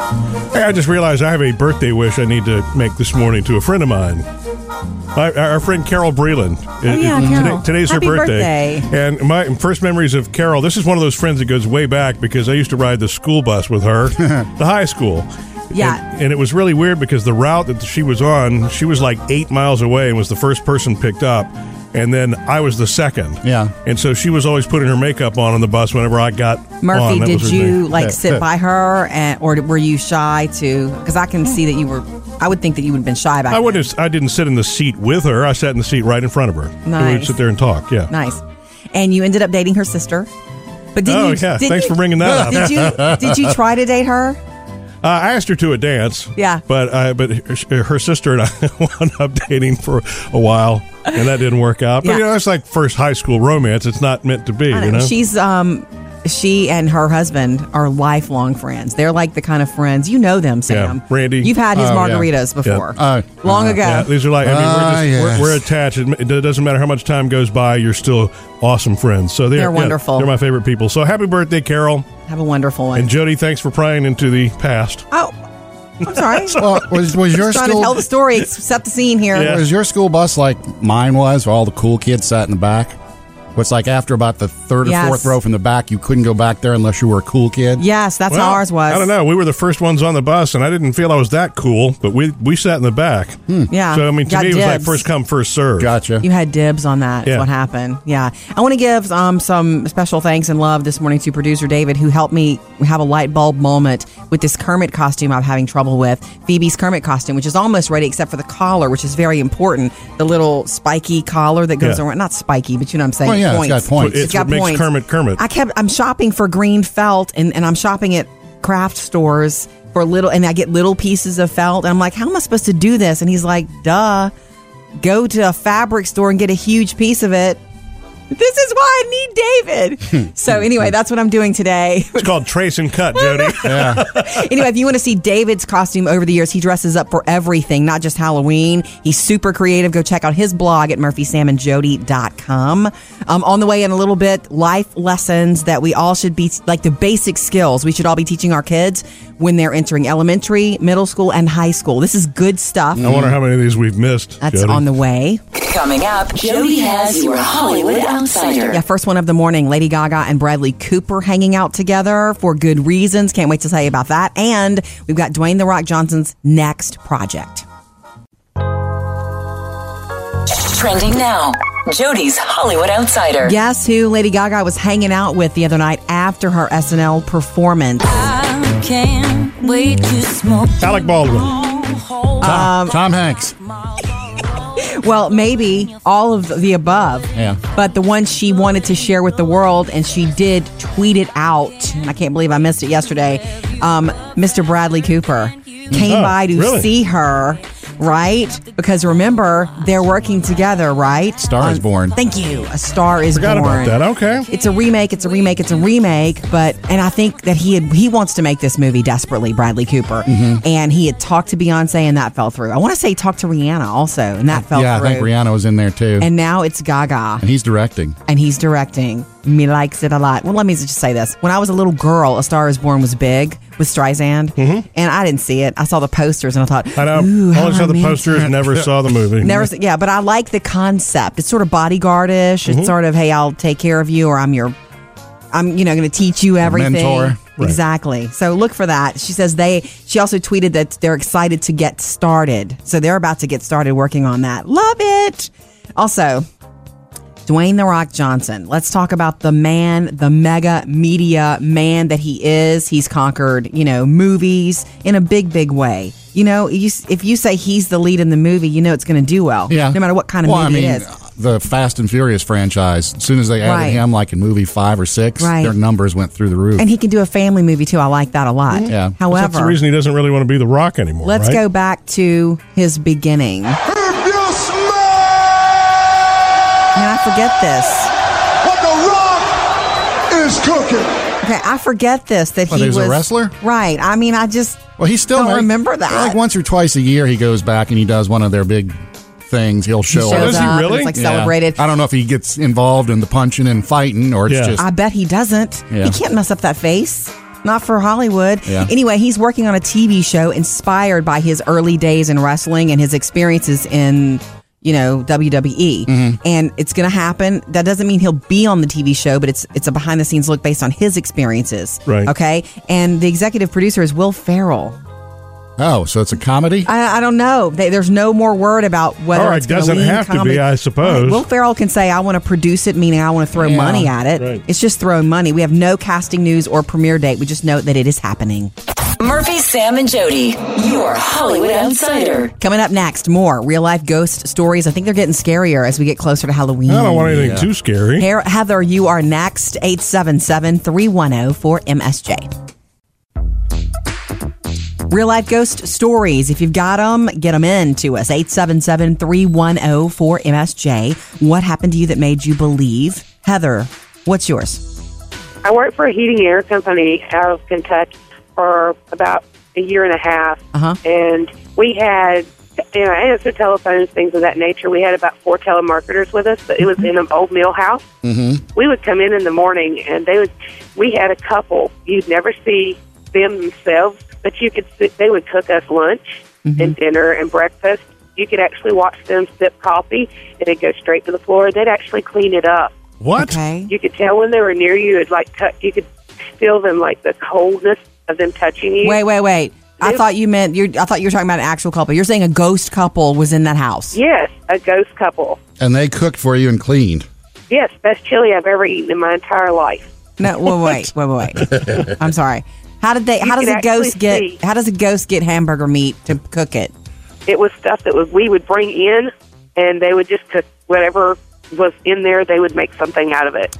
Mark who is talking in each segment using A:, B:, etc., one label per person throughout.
A: I just realized I have a birthday wish I need to make this morning to a friend of mine. My, our friend Carol Breland. It-
B: Oh, yeah,
A: it-
B: Carol.
A: today's
B: Happy
A: her birthday.
B: birthday.
A: And my first memories of Carol, this is one of those friends that goes way back because I used to ride the school bus with her to high school.
B: Yeah.
A: And, and it was really weird because the route that she was on, she was like eight miles away and was the first person picked up. And then I was the second.
C: Yeah.
A: And so she was always putting her makeup on on the bus whenever Oh, I got on.
B: Murphy,
A: That
B: did
A: was her thing.
B: you like
C: Yeah,
B: sit
C: yeah.
B: by her, and, or were you shy too? Because I can see that you were. I would think that you would have been shy back.
A: Mm. I
B: then.
A: wouldn't. Have, I didn't sit in the seat with her. I sat in the seat right in front of her. We would
B: Nice.
A: sit there and talk. Yeah.
B: Nice. And you ended up dating her sister. But did
A: Oh,
B: you?
A: yeah.
B: did
A: Thanks for
B: you-
A: bringing that up.
B: Did you? Did you try to date her?
A: Uh, I asked her to a dance.
B: Yeah.
A: But I, but her, her sister and I wound up dating for a while, and that didn't work out. But
B: Yeah.
A: you know, it's like first high school romance. It's not meant to be.
B: I
A: You
B: don't
A: know.
B: know. She's um, she and her husband are lifelong friends. They're like the kind of friends you know them, Sam.
A: Yeah, Randy.
B: you've had his
C: Oh, yeah.
B: margaritas before,
C: Oh.
B: long
C: Uh,
B: ago.
A: yeah, these are like I mean, we're,
C: Ah,
A: just,
C: yes.
A: we're, we're attached. It ma- It doesn't matter how much time goes by, you're still awesome friends. So they're,
B: They're
A: yeah,
B: wonderful.
A: they're my favorite people. So happy birthday, Carol
B: Have a wonderful one.
A: and Jody. Thanks for prying into the past.
B: oh, I'm sorry.
C: Well, was, was your
B: trying to tell the
C: school
B: story, set the scene here.
A: Yeah.
C: was your school bus like mine was, where all the cool kids sat in the back? What's like after about the third or
B: Yes.
C: fourth row from the back, you couldn't go back there unless you were a cool kid.
B: Yes, that's how
A: Well,
B: ours was.
A: I don't know. We were the first ones on the bus, and I didn't feel I was that cool, but we we sat in the back.
B: Yeah.
A: So I mean, to
B: Got
A: me, it was like
B: dibs.
A: first come, first serve.
C: Gotcha.
B: You had dibs on that. is
A: Yeah.
B: what happened. Yeah. I want to give um, some special thanks and love this morning to producer David, who helped me have a light bulb moment with this Kermit costume I'm having trouble with. Phoebe's Kermit costume, which is almost ready except for the collar, which is very important. The little spiky collar that goes
A: Yeah.
B: around. Not spiky, but you know what I'm saying.
C: Well, yeah, it's got points.
A: It's what makes Kermit Kermit.
B: I kept, I'm shopping for green felt and, and I'm shopping at craft stores for little, and I get little pieces of felt. And I'm like, how am I supposed to do this? And he's like, duh go to a fabric store and get a huge piece of it. This is why I need David. so anyway, that's what I'm doing today.
A: It's called trace and cut, Jody.
C: Yeah.
B: anyway, if you want to see David's costume over the years, he dresses up for everything, not just Halloween. He's super creative. Go check out his blog at murphysamandjody.com. Um, on the way in a little bit, life lessons that we all should be like the basic skills we should all be teaching our kids when they're entering elementary, middle school, and high school. This is good stuff.
A: I wonder how many of these we've missed.
B: That's
A: Jody.
B: on the way.
D: Coming up, Jody has your Hollywood Outsider.
B: Yeah, first one of the morning, Lady Gaga and Bradley Cooper hanging out together for good reasons. Can't wait to tell you about that. And we've got Dwayne The Rock Johnson's next project.
D: Trending now, Jody's Hollywood Outsider.
B: Guess who Lady Gaga was hanging out with the other night after her SNL performance?
E: I can't wait to smoke.
A: Alec Baldwin.
B: Um,
C: Tom, Tom Hanks.
B: Well, maybe all of the above.
C: Yeah.
B: But the one she wanted to share with the world, and she did tweet it out. I can't believe I missed it yesterday. Um, Mr. Bradley Cooper came
A: Oh,
B: by to
A: really?
B: see her, right? Because remember, they're working together, right?
C: Star is born.
B: Thank you. A Star is
A: Forgot
B: Born.
A: about that. Okay.
B: It's a remake. It's a remake. It's a remake. But and I think that he had, he wants to make this movie desperately, Bradley Cooper.
C: Mm-hmm.
B: And he had talked to Beyonce, and that fell through. I want to say he talked to Rihanna also, and that fell
C: yeah,
B: through.
C: I think Rihanna was in there too. And,
B: And now it's Gaga,
C: he's directing.
B: and he's directing. Me likes it a lot. Well, let me just say this: when I was a little girl, A Star Is Born was big with Streisand,
C: Mm-hmm.
B: and I didn't see it. I saw the posters, and I thought,
A: I know.
B: Ooh, how
A: All I saw the
B: romantic."
A: posters, never saw the movie.
B: Never, s- yeah, but I like the concept. It's sort of bodyguardish. It's sort of, hey, I'll take care of you, or I'm your, I'm you know going to teach you everything.
C: mentor.
A: Right.
B: Exactly. So look for that. She says they. She also tweeted that they're excited to get started. So they're about to get started working on that. Love it. Also, Dwayne The Rock Johnson. Let's talk about the man, the mega media man that he is. He's conquered, you know, movies in a big, big way. You know, you, if you say he's the lead in the movie, you know it's going to do well.
C: Yeah.
B: No matter what kind of
C: well,
B: movie
C: I mean,
B: it is.
C: The Fast and Furious franchise. As soon as they added
B: Right.
C: him, like in movie five or six,
B: Right.
C: their numbers went through the roof.
B: And he can do a family movie too. I like that a lot.
C: Yeah.
B: However,
A: That's the reason he doesn't really want to be the Rock anymore.
B: let's
A: right?
B: go back to his beginning. And
F: If you smell
B: I forget this.
F: what the rock is cooking.
B: Okay, I forget this that
C: What,
B: he
C: he was a wrestler?
B: Right. I mean, I just
C: well, he still
B: don't
C: like-
B: remember that.
C: Like once or twice a year, he goes back and he does one of their big things. He'll show
B: shows
C: up.
A: Does he
B: up and
A: really?
B: It's like
C: Yeah.
B: celebrated.
C: I don't know if he gets involved in the punching and fighting, or it's
A: Yeah.
C: just
B: I bet he doesn't.
C: Yeah.
B: He can't mess up that face. Not for Hollywood.
C: Yeah.
B: Anyway, he's working on a TV show inspired by his early days in wrestling and his experiences in, you know, WWE.
C: Mm-hmm.
B: And it's going to happen. That doesn't mean he'll be on the TV show, but it's it's a behind the scenes look based on his experiences.
A: Right.
B: Okay. And the executive producer is Will Farrell.
C: Oh, so it's a comedy?
B: I, I don't know. They, there's no more word about whether
A: Or it
B: it's gonna
A: doesn't
B: lean
A: have to be,
B: comedy.
A: I suppose.
B: Right. Will Ferrell can say, "I want to produce it," meaning I want to throw
C: Yeah.
B: money at it.
A: Right.
B: It's just throwing money. We have no casting news or premiere date. We just know that it is happening.
D: Murphy, Sam, and Jody, your Hollywood outsider.
B: Coming up next, more real life ghost stories. I think they're getting scarier as we get closer to Halloween.
A: I don't want anything too scary.
B: Her- Heather, you are next. 877 310 4MSJ. Real life ghost stories. If you've got them, get them in to us. 877 310 4MSJ. What happened to you that made you believe? Heather, what's yours?
G: I worked for a heating and air company out of Kentucky for about a year and a half,
B: Uh-huh.
G: and we had you know answer telephones, things of that nature. We had about four telemarketers with us, but it was in an old mill house. Mm-hmm. We would come in in the morning, and they would. We had a couple you'd never see them themselves, but you could. See, they would cook us lunch and dinner and breakfast. You could actually watch them sip coffee, and it'd go straight to the floor. They'd actually clean it up
A: What?
B: Okay.
G: you could tell when they were near you. It like tou you could feel them like the coldness of them touching you.
B: Wait, wait, wait. I thought you meant you. I thought you were talking about an actual couple. You're saying a ghost couple was in that house.
G: Yes, a ghost couple.
C: and they cooked for you and cleaned.
G: Yes, best chili I've ever eaten in my entire life.
B: No, wait, wait, wait, wait, wait. I'm sorry. How did they? how
G: You
B: does
G: can
B: a ghost
G: actually
B: get?
G: see.
B: How does a ghost get hamburger meat to cook it?
G: It was stuff that was we would bring in, and they would just cook whatever was in there. They would make something out of it.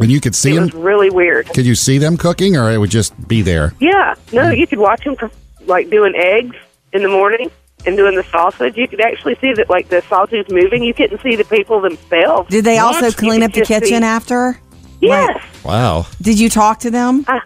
C: And you could see
G: It
C: them.
G: was really weird.
C: Could you see them cooking, or it would just be there?
G: Yeah, no, you could watch them like doing eggs in the morning and doing the sausage. You could actually see that like the sausage moving. You couldn't see the people themselves.
B: Did they
G: You
B: also clean
G: could
B: up the
G: just see-
B: kitchen after?
G: Yes.
B: Like,
C: Wow.
B: did you talk to them?
G: Uh,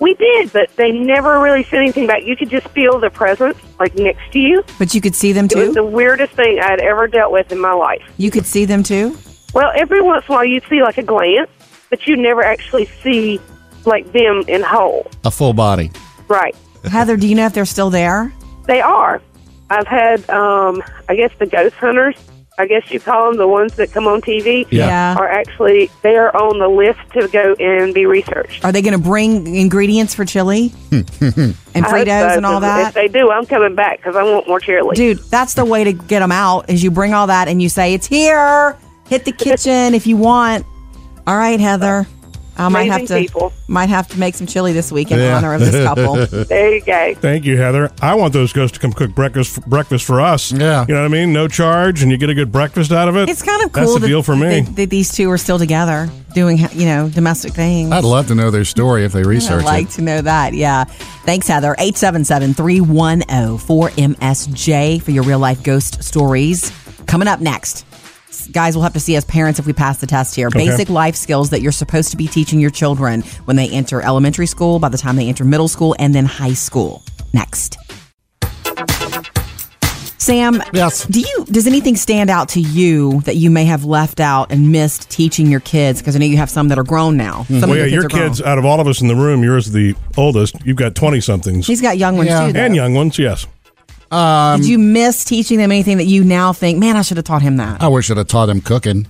G: we did, but they never really said anything back. You could just feel their presence, like next to you.
B: But you could see them
G: It was
B: too.
G: the weirdest thing I had ever dealt with in my life.
B: You could see them too.
G: Well, every once in a while you'd see like a glance, but you never actually see like them in whole.
C: A full body.
G: Right.
B: Heather, do you know if they're still there?
G: They are. I've had, um, I guess, the ghost hunters. I guess you call them the ones that come on TV.
C: Yeah.
G: Are actually they are on the list to go and be researched.
B: Are they going to bring ingredients for chili and
G: I hope
B: Fritos
G: so,
B: and all
G: 'cause
B: that?
G: If they do, I'm coming back because I want more cheerleaders.
B: Dude, that's the way to get them out is you bring all that and you say it's here. Hit the kitchen if you want. All right, Heather. I might have to
G: Amazing people.
B: might have to make some chili this week in
C: Yeah.
B: honor of this couple.
G: There you go.
A: Thank you, Heather. I want those ghosts to come cook breakfast breakfast for us.
C: Yeah.
A: you know what I mean. No charge, and you get a good breakfast out of it.
B: it's kind of cool.
A: That's the
B: that-
A: deal for me.
B: that- that these two are still together doing you know domestic things.
C: I'd love to know their story if they
B: I'd
C: research
B: like
C: it.
B: to know that. Yeah. Thanks, Heather. 877 310 4MSJ for your real life ghost stories. Coming up next. Guys, we'll have to see as parents if we pass the test here. Basic life skills that you're supposed to be teaching your children when they enter elementary school, by the time they enter middle school, and then high school. Next. Sam,
C: Yes.
B: do you does anything stand out to you that you may have left out and missed teaching your kids? Because I know you have some that are grown now. Some of
A: well, yeah,
B: your kids
A: your
B: are grown.
A: kids out of all of us in the room, yours the oldest. You've got twenty somethings
B: He's got young ones
C: Yeah. Um,
B: too. Though.
A: and young ones. Yes,
B: Did you miss teaching them anything that you now think, man, I should have taught him that?
C: I wish I'd have taught them cooking.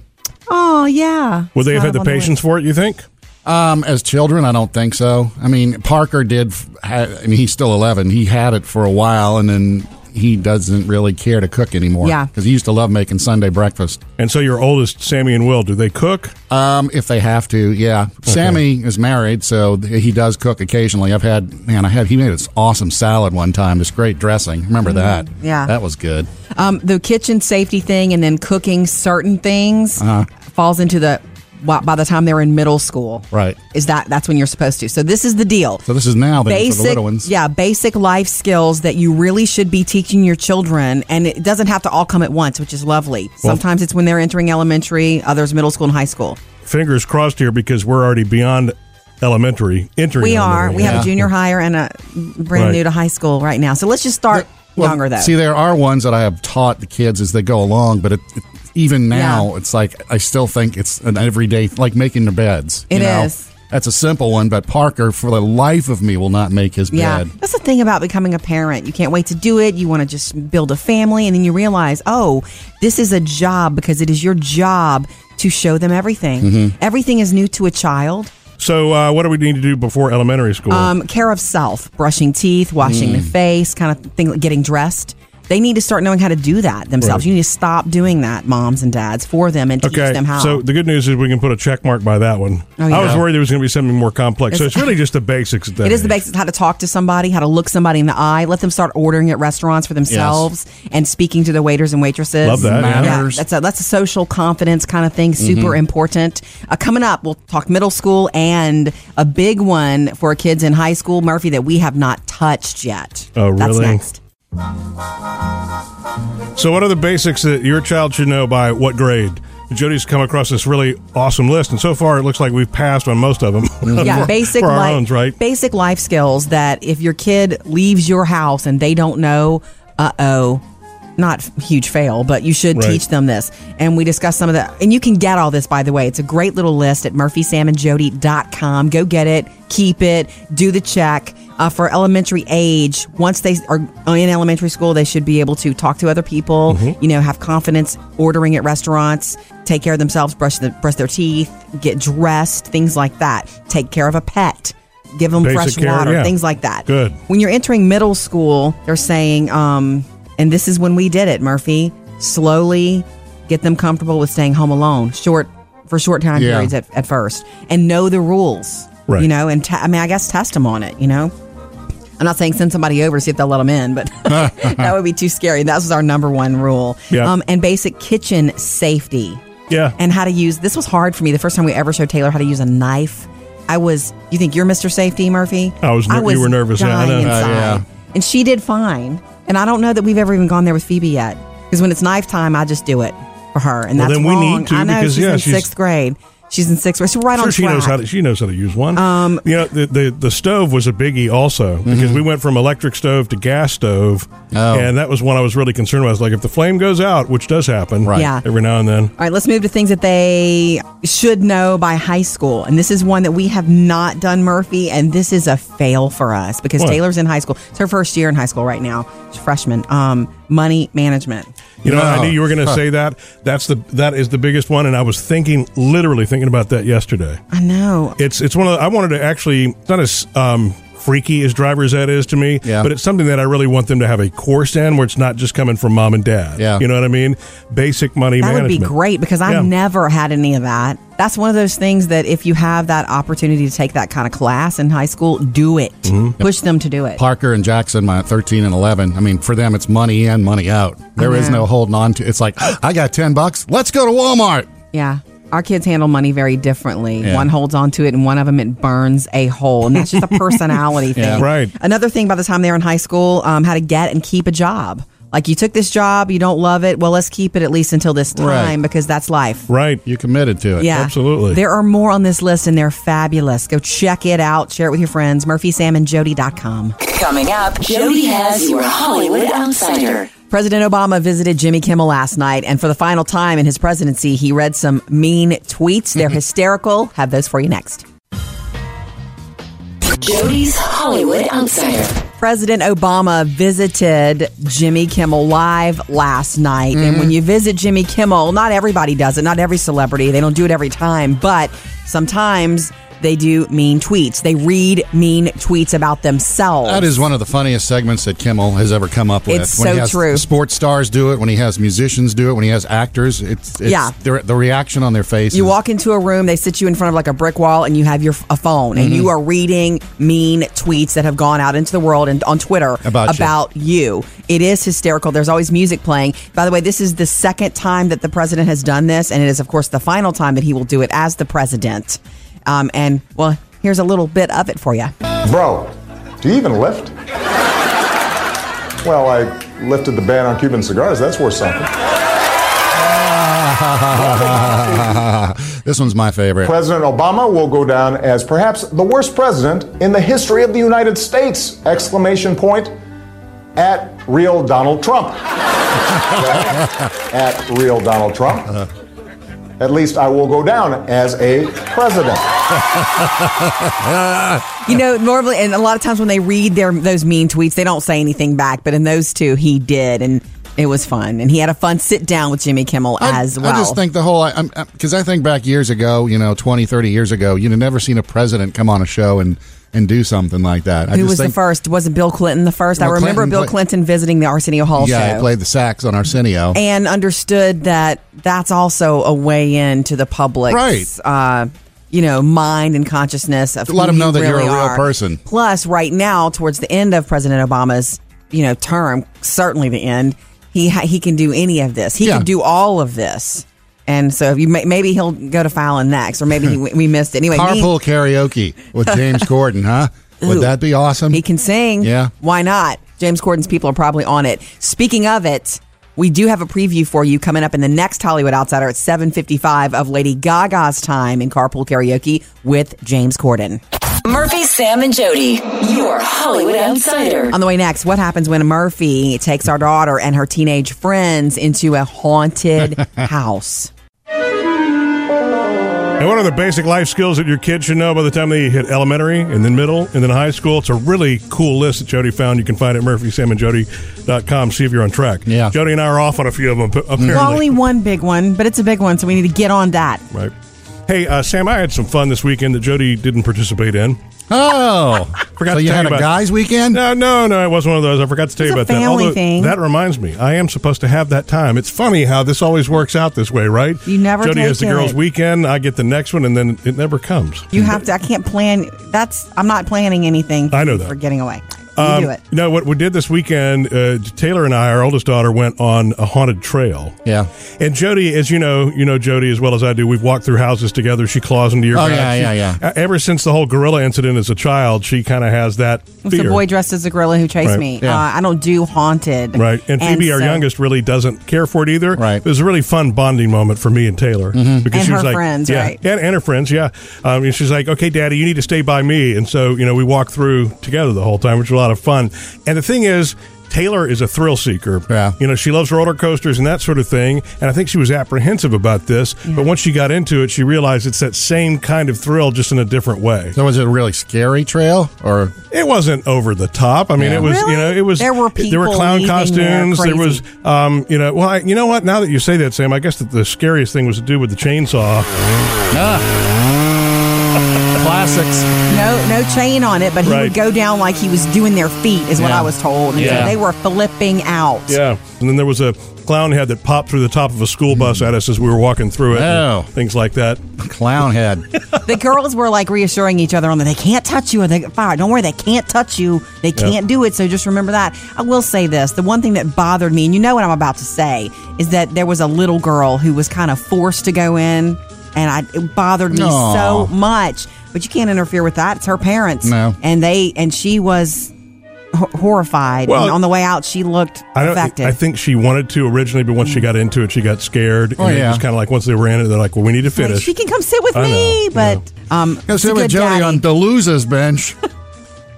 B: Oh, yeah.
A: would Uh, they have
B: It's
A: had
B: not
A: the
B: up on list.
A: patience for it? You think?
C: Um, as children, I don't think so. I mean, Parker did. f- Ha- I mean, he's still eleven. He had it for a while, and then he doesn't really care to cook anymore.
B: Yeah.
C: because he used to love making Sunday breakfast.
A: And so your oldest, Sammy and Will, do they cook?
C: Um, if they have to, yeah. Sammy is married, so th- he does cook occasionally. I've had man, I had he made this awesome salad one time. This great dressing. Remember that?
B: Mm-hmm. yeah.
C: that was good.
B: Um, the kitchen safety thing and then cooking certain things
C: Uh-huh.
B: falls into the well, by the time they're in middle school.
C: Right.
B: Is that that's when you're supposed to. So this is the deal.
C: So this is now then for the
B: basic
C: little ones.
B: yeah basic life skills that you really should be teaching your children and it doesn't have to all come at once which is lovely sometimes it's when they're entering elementary others middle school and high school
A: Fingers crossed here because we're already beyond elementary. Entering,
B: We are.
A: elementary.
B: We have a
C: Yeah.
B: junior higher and a brand
A: Right.
B: new to high school right now. So let's just start
C: Well,
B: younger though.
C: See, there are ones that I have taught the kids as they go along, but it, it- even now,
B: Yeah.
C: it's like I still think it's an everyday, like making the beds.
B: It
C: you know?
B: is.
C: That's a simple one, but Parker, for the life of me, will not make his
B: Yeah.
C: bed.
B: That's the thing about becoming a parent. You can't wait to do it. You want to just build a family. And then you realize, oh, this is a job because it is your job to show them everything. Everything is new to a child.
A: So, uh, what do we need to do before elementary school?
B: Um, care of self, brushing teeth, washing the face, kind of thing, getting dressed. They need to start knowing how to do that themselves.
A: Right.
B: You need to stop doing that, moms and dads, for them and teach them how.
A: So the good news is we can put a check mark by that one.
B: Oh, yeah.
A: I was worried there was going to be something more complex. So
B: It's-
A: it's really just the basics. At that
B: It is the
A: age.
B: basics: how to talk to somebody, how to look somebody in the eye. Let them start ordering at restaurants for themselves and speaking to the waiters and waitresses.
A: Love that, Mm-hmm. yeah.
C: Manners.
B: that's a that's a social confidence kind of thing. Super important. Uh, coming up, we'll talk middle school and a big one for kids in high school, Murphy, that we have not touched yet.
A: Oh,
B: That's
A: really?
B: next.
A: So, what are the basics that your child should know by what grade? Jody's come across this really awesome list, and so far it looks like we've passed on most of them.
B: Yeah,
A: For-
B: basic
A: for our
B: life,
A: owns, right?
B: Basic life skills that if your kid leaves your house and they don't know, uh oh, not f- huge fail, but you should
A: Right.
B: teach them this. And we discussed some of the, and you can get all this, by the way. It's a great little list at murphysamandjody.com. Go get it, keep it, do the check. Uh, for elementary age, once they are in elementary school, they should be able to talk to other people,
A: Mm-hmm.
B: you know, have confidence ordering at restaurants, take care of themselves, brush, the, brush their teeth, get dressed, things like that. Take care of a pet, give them
A: Basic
B: fresh
A: care,
B: water,
A: yeah.
B: things like that.
A: Good.
B: When you're entering middle school, they're saying, um, and this is when we did it, Murphy, slowly get them comfortable with staying home alone, short for short time
C: Yeah.
B: periods at, at first, and know the rules,
A: Right.
B: you know, and te- I mean, I guess test them on it, you know. I'm not saying send somebody over to see if they'll let them in, but that would be too scary. That was our number one rule.
A: Yeah.
B: Um, and basic kitchen safety
A: Yeah.
B: and how to use this was hard for me the first time we ever showed Taylor how to use a knife. I was you think you're Mr. Safety Murphy?
A: I was ner- you were nervous, yeah, I
B: dying
A: know.
C: Uh,
B: inside.
C: yeah.
B: And she did fine. And I don't know that we've ever even gone there with Phoebe yet because when it's knife time I just do it for her and
A: Well,
B: that's
A: then we need
B: wrong.
A: to,
B: I know
A: because,
B: she's
A: yeah,
B: in
A: she's-
B: 6th grade. She's in 6th grade. She's right on
A: sure, she
B: track.
A: knows how to she knows how to use one. Um, you know, the the, the stove was a biggie also
B: Mhm.
A: because we went from electric stove to gas stove,
C: Oh.
A: and that was one I was really concerned about. I was like, if the flame goes out, which does happen,
C: Right.
B: Yeah.
A: every now and then.
B: All right, let's move to things that they should know by high school. And this is one that we have not done, Murphy. And this is a fail for us because
A: What?
B: Taylor's in high school. It's her first year in high school right now. She's a freshman. Um, money management.
A: You know, I
C: Yeah.
A: knew you were going to say that. That's the that is the biggest one, and I was thinking, literally thinking about that yesterday.
B: I know.
A: It's it's one of the, I wanted to actually it's not as um, freaky as driver's ed is to me,
C: Yeah.
A: but it's something that I really want them to have a course in where it's not just coming from mom and dad.
C: Yeah.
A: you know what I mean. Basic money
B: That would
A: management
B: be great because
A: Yeah.
B: I've never had any of that. That's one of those things that if you have that opportunity to take that kind of class in high school, do it.
A: Mm-hmm.
B: Push them to do it.
C: Parker and Jackson, my 13 and 11. I mean, for them, it's money in, money out. There is
B: know.
C: no holding on to. It's like I got 10 bucks. Let's go to Walmart.
B: Yeah. Our kids handle money very differently.
C: Yeah.
B: One holds on to it, and one of them it burns a hole, and that's just a personality thing.
C: Yeah.
A: Right.
B: Another thing. By the time they're in high school, um, how to get and keep a job. Like you took this job, you don't love it. Well, let's keep it at least until this time
C: Right.
B: because that's life.
A: Right.
C: You committed to it.
B: Yeah,
A: Absolutely.
B: There are more on this list, and they're fabulous. Go check it out. Share it with your friends. MurphySamandJody.com.
D: Coming up, Jody has your Hollywood Outsider.
B: President Obama visited Jimmy Kimmel last night, and for the final time in his presidency, he read some mean tweets. They're hysterical. Have those for you next.
D: Jody's Hollywood Outsider.
B: President Obama visited Jimmy Kimmel live last night.
C: Mm-hmm.
B: And when you visit Jimmy Kimmel, not everybody does it, not every celebrity. They don't do it every time, but sometimes they do mean tweets. They read mean tweets about themselves.
C: That is one of the funniest segments that Kimmel has ever come up with.
B: It's
C: when he
B: so
C: has
B: true.
C: Sports stars do it. When he has musicians do it. When he has actors, it's, it's
B: Yeah.
C: The, the reaction on their face.
B: You
C: is-
B: walk into a room, they sit you in front of like a brick wall, and you have your a phone, and
C: Mm-hmm.
B: you are reading mean tweets that have gone out into the world and on Twitter
C: About you.
B: you. It is hysterical. There's always music playing. By the way, this is the second time that the president has done this, and it is of course the final time that he will do it as the president. Um, and well, here's a little bit of it for you.
H: Bro, do you even lift? Well, I lifted the ban on Cuban cigars. That's worth something.
C: this one's my favorite.
H: President Obama will go down as perhaps the worst president in the history of the United States! Exclamation point at real Donald Trump. at real Donald Trump. At least I will go down as a president.
B: You know, normally, and a lot of times when they read their those mean tweets, they don't say anything back. But in those two, he did, and it was fun. And he had a fun sit down with Jimmy Kimmel
C: I,
B: as well.
C: I just think the whole, because I, think back years ago, you know, 20, 30 years ago, you'd have never seen a president come on a show and, and do something like that. I
B: who
C: just
B: was the
C: think-
B: first? Wasn't Bill Clinton the first? I
C: Well,
B: remember
C: Clinton
B: Bill
C: play-
B: Clinton visiting the Arsenio Hall
C: Yeah,
B: show
C: he played the sax on Arsenio.
B: and understood that that's also a way in to the public's,
C: Right.
B: uh, you know, mind and consciousness of
C: let
B: who
C: 'em
B: you
C: know that you're
B: really
C: a real
B: are.
C: person.
B: Plus, right now, towards the end of President Obama's, you know, term, certainly the end, he ha- he can do any of this. He
C: Yeah.
B: can do all of this. And so, if you may, maybe he'll go to Fallon next, or maybe he, we missed it. Anyway, me-
C: Carpool karaoke with James Corden, huh? Would
B: Ooh.
C: that be awesome?
B: He can sing.
C: Yeah.
B: Why not? James Corden's people are probably on it. Speaking of it, we do have a preview for you coming up in the next Hollywood Outsider at 7:55 of Lady Gaga's time in carpool karaoke with James Corden.
D: Murphy, Sam, and Jody, your Hollywood outsider.
B: On the way next, what happens when Murphy takes our daughter and her teenage friends into a haunted house?
A: And what are the basic life skills that your kids should know by the time they hit elementary and then middle and then high school? It's a really cool list that Jody found. You can find it at murphysamandjody.com. See if you're on track.
C: Yeah.
A: Jody and I are off on a few of them, ap- apparently.
B: Well, only one big one, but it's a big one, so we need to get on that.
A: Right. Hey, uh, Sam, I had some fun this weekend that Jody didn't participate in.
C: oh,
A: Forgot
C: so
A: to
C: you
A: tell
C: had
A: you
C: a
A: about-
C: guys' weekend?
A: No, no, no, it was one of those. I forgot to tell
B: It's
A: you
B: a
A: about that.
B: family thing.
A: that reminds me, I am supposed to have that time. It's funny how this always works out this way, right?
B: You never
A: Jody has the
B: take
A: girls'
B: it.
A: weekend. I get the next one, and then it never comes.
B: You have to. I can't plan. That's. I'm not planning anything.
A: I know that.
B: for getting away. You
A: Um,
B: do it.
A: No, what we did this weekend, uh, Taylor and I, our oldest daughter, went on a haunted trail.
C: Yeah.
A: And Jody, as you know, you know Jody as well as I do. We've walked through houses together. She claws into your
C: Oh,
A: back.
C: yeah,
A: She-
C: yeah, yeah.
A: uh, Ever since the whole gorilla incident as a child, she kind of has that
B: It was
A: fear.
B: the boy dressed as a gorilla who chased
A: Right.
B: me.
C: Yeah.
B: Uh, I don't do haunted.
A: Right. And Phoebe, our
B: so-
A: youngest, really doesn't care for it either.
C: Right.
A: It was a really fun bonding moment for me and Taylor. Because
B: Mm-hmm. And
A: she was
B: her
A: like,
B: friends,
A: yeah,
B: right.
A: And, and her friends, yeah. Um, and she's like, okay, Daddy, you need to stay by me. And so, you know, we walked through together the whole time, which was a lot of fun. And the thing is, Taylor is a thrill seeker.
C: Yeah.
A: You know, she loves roller coasters and that sort of thing. And I think she was apprehensive about this. But once she got into it, she realized it's that same kind of thrill, just in a different way.
C: So was it a really scary trail? Or
A: It wasn't over the top. I mean,
C: Yeah.
A: it was
B: Really?
A: you know, it was
B: There were
A: there were
B: people
A: clown
B: leaving
A: costumes.
B: there
A: There was um, you know, well, I, you know what? Now that you say that, Sam, I guess that the scariest thing was to do with the chainsaw.
C: classics?
B: No, no chain on it, but he
A: Right.
B: would go down like he was doing their feet, is what
C: Yeah.
B: I was told. And so
C: Yeah.
B: they were flipping out.
A: Yeah, and then there was a clown head that popped through the top of a school bus at us as we were walking through it. and
C: Oh.
A: things like that.
C: Clown head.
B: The girls were like reassuring each other on that they can't touch you or they fire. Don't worry, they can't touch you. They can't do it. So just remember that. I will say this: the one thing that bothered me, and you know what I'm about to say, is that there was a little girl who was kind of forced to go in, and I, it bothered me
C: Aw.
B: so much. But you can't interfere with that. It's her parents.
C: No.
B: and they and she was hor- horrified.
A: Well-
B: and on the way out, she looked
A: I don't.
B: affected.
A: I think she wanted to originally, but once she got into it, she got scared.
C: Oh,
A: and
C: yeah.
A: It was kind of like once they were in it, they're like, "Well, we need to
B: Like,
A: finish."
B: she can come sit with
A: I
B: me,
A: know,
B: but um,
C: Go
B: it's a
C: sit with
B: good
C: Jody
B: daddy.
C: on Deleuze's bench.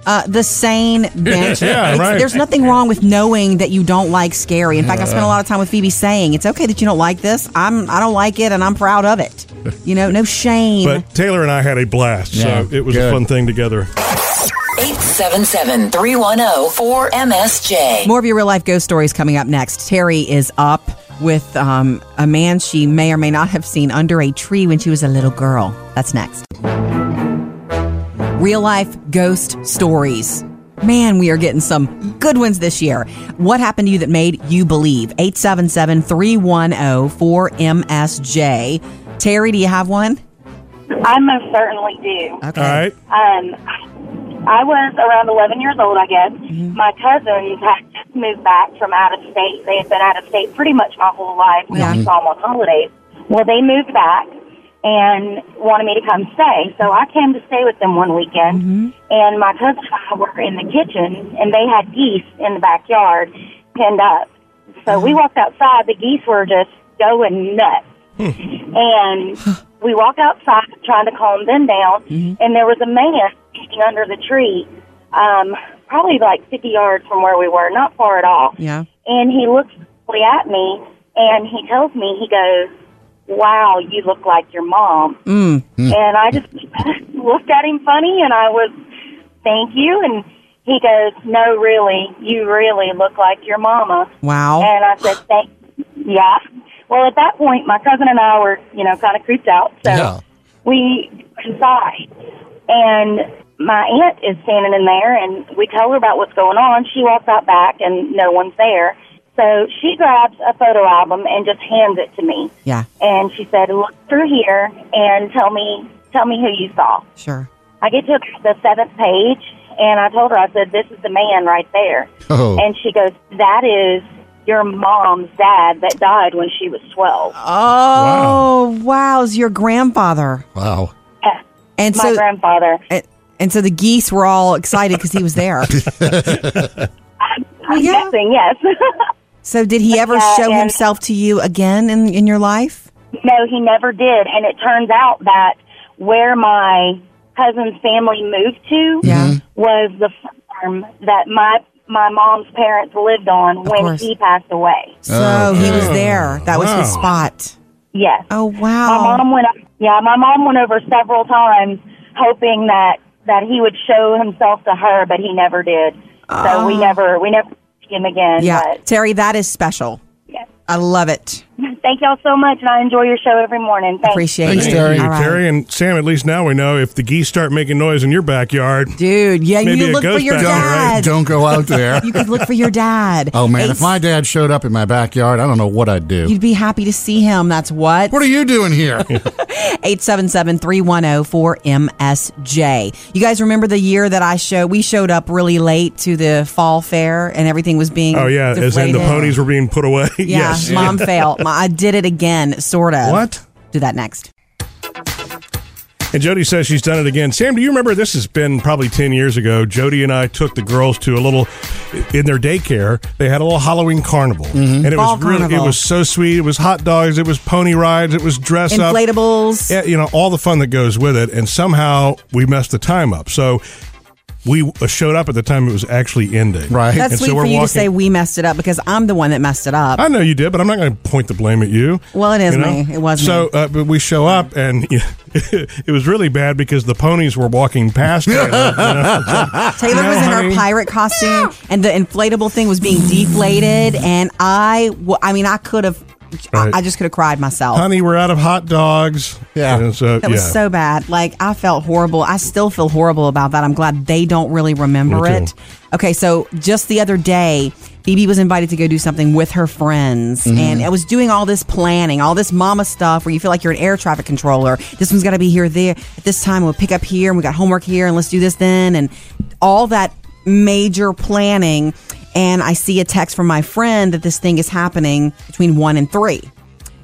B: uh, the sane bench.
A: Yeah,
B: It's-
A: right.
B: There's nothing wrong with knowing that you don't like scary. In fact, I spent a lot of time with Phoebe saying it's okay that you don't like this. I'm I don't like it, and I'm proud of it. You know, no shame.
A: but Taylor and I had a blast,
C: Yeah,
A: so it was
C: good.
A: a fun thing together.
D: 877 310 4MSJ.
B: More of your real life ghost stories coming up next. Terry is up with um, a man she may or may not have seen under a tree when she was a little girl. That's next. Real life ghost stories. Man, we are getting some good ones this year. What happened to you that made you believe? 877 310 4MSJ. Terry, do you have one?
I: I most certainly do.
B: Okay.
A: All right.
I: Um, I was around 11 years old, I guess. My cousins had just moved back from out of state. They had been out of state pretty much my whole life. We only saw them on holidays. Well, they moved back and wanted me to come stay. So I came to stay with them one weekend, and my cousin and I were in the kitchen, and they had geese in the backyard pinned up. So we walked outside. The geese were just going nuts. And we walk outside trying to calm them down, and there was a man sitting under the tree, um, probably like 50 yards from where we were, not far at all.
B: Yeah.
I: And he looks directly at me, and he tells me, he goes, wow, you look like your mom. Mm. And I just looked at him funny and I was, thank you. And he goes, no, really, you really look like your mama.
B: Wow.
I: And I said, thank, yeah. Well, at that point, my cousin and I were, you know, kind of creeped out. So
C: Yeah.
I: we inside and my aunt is standing in there and we tell her about what's going on she walks out back and no one's there so she grabs a photo album and just hands it to me
B: Yeah.
I: and she said look through here and tell me tell me who you saw
B: Sure.
I: i get to the seventh page and i told her i said this is the man right there
C: Oh.
I: and she goes that is your mom's dad that died when she was 12
B: Oh wow! It's your grandfather,
C: Wow.
B: and
I: my
B: Uh, so
I: grandfather
B: and, and so the geese were all excited because he was there.
I: i'm
B: Yeah.
I: guessing yes
B: So did he ever
I: Yeah,
B: show
I: and-
B: himself to you again in in your life?
I: No, he never did. And it turns out that where my cousin's family moved to
B: Yeah.
I: was the farm that my my mom's parents lived on when
B: course.
I: he passed away.
B: So he was
C: Okay.
B: there. That was his
A: Wow.
B: spot.
I: Yes.
B: Oh
I: My
B: wow!
I: mom went yeah, my mom went over several times hoping that that he would show himself to her, but he never did. So
J: Oh.
I: we never we never see him again.
B: yeah, Terry, that is special.
I: Yes.
B: I love it.
I: But thank y'all so much and I enjoy your show every morning. Thanks.
B: Appreciate
C: Thanks,
B: it,
C: Terry.
A: Thank
B: All
A: you,
B: right.
A: Terry and Sam. At least now we know if the geese start making noise in your backyard.
B: Dude, yeah,
A: Maybe
B: you
A: it
B: look for
A: goes
B: your
A: back there, right?
B: dad.
C: Don't go out there.
B: You could look for your dad.
C: Oh man,
B: Eight-
C: if my dad showed up in my backyard, I don't know what I'd do.
B: You'd be happy to see him. That's what.
C: What are you doing here?
B: 877-310-4MSJ. You guys remember the year that I showed we showed up really late to the fall fair and everything was being
A: Oh yeah, as in the
B: deflated?
A: ponies were being put away.
B: Yeah,
A: yes.
B: mom failed. Ma- I did it again, sort of.
A: What?
B: Do that next.
A: And Jody says she's done it again. Sam, do you remember this has been probably 10 years ago? Jody and I took the girls to a little in their daycare. They had a little Halloween carnival. And it
B: Fall
A: was really
B: Mm-hmm. carnival.
A: it was so sweet. It was hot dogs, it was pony rides, it was dress up.
B: Inflatables.
A: Yeah, you know, all the fun that goes with it. And somehow we messed the time up. So we uh, showed up at the time it was actually ending.
C: Right.
B: That's
A: And so
B: sweet
A: we're
B: for you
A: walking-
B: to say we messed it up because I'm the one that messed it up.
A: I know you did, but I'm not going to point the blame at you.
B: Well, it is
A: you know?
B: me. It was
A: so.
B: me.
A: Uh, but we show up, and it was really bad because the ponies were walking past. Taylor, you know?
B: Taylor
A: No,
B: was in
A: honey.
B: her pirate costume, and the inflatable thing was being deflated, and I, wa- I mean, I could have,
A: Right.
B: I, I just could have cried myself.
A: Honey, we're out of hot dogs.
C: Yeah.
A: And so,
B: That
A: yeah.
B: was so bad. Like I felt horrible. I still feel horrible about that. I'm glad they don't really remember
A: Me too.
B: it. Okay, so just the other day, Phoebe was invited to go do something with her friends,
A: Mm-hmm.
B: and I was doing all this planning, all this mama stuff, where you feel like you're an air traffic controller. This one's got to be here, there at this time. We'll pick up here, and we got homework here, and let's do this then, and all that major planning. And I see a text from my friend that this thing is happening between one and three.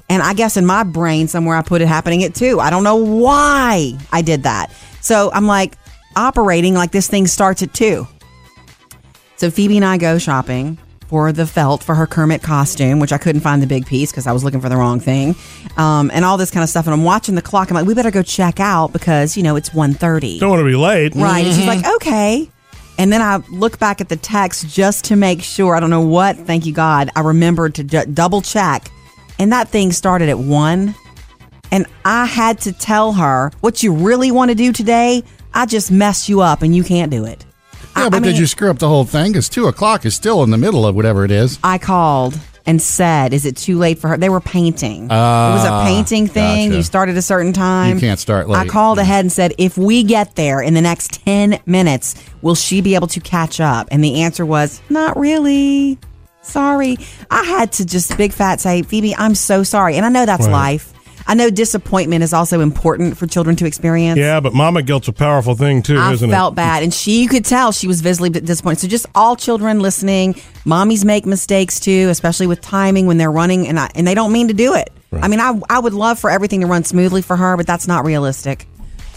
B: And I guess in my brain somewhere I put it happening at two. I don't know why I did that. So I'm like operating like this thing starts at two. So Phoebe and I go shopping for the felt for her Kermit costume, which I couldn't find the big piece because I was looking for the wrong thing, um, and all this kind of stuff. And I'm watching the clock. I'm like, we better go check out because you know it's 1.30.
A: Don't want to be late.
B: Right. And she's like, okay. And then I look back at the text just to make sure. I don't know what. Thank you, God. I remembered to d- double check. And that thing started at one. And I had to tell her what you really want to do today. I just mess you up and you can't do it.
C: Yeah,
B: I-
C: but
B: I
C: did
B: mean-
C: you screw up the whole thing? Because two o'clock is still in the middle of whatever it is.
B: I called and said, is it too late for her? They were painting. it was a painting thing.
C: Ah, gotcha.
B: You start at a certain time.
C: You can't start late.
B: I called ahead and said, if we get there in the next 10 minutes, will she be able to catch up? And the answer was, not really. Sorry. I had to just big fat say, Phoebe, I'm so sorry. And I know that's
A: Right.
B: life. I know disappointment is also important for children to experience.
A: Mm-hmm. Yeah, but mama guilt's a powerful thing, too,
B: I
A: isn't
B: felt
A: it?
B: bad, and she you could tell she was visibly disappointed. So just all children listening, mommies make mistakes too, especially with timing when they're running, and I, and they don't mean to do it. I mean, I I would love for everything to run smoothly for her, but that's not realistic.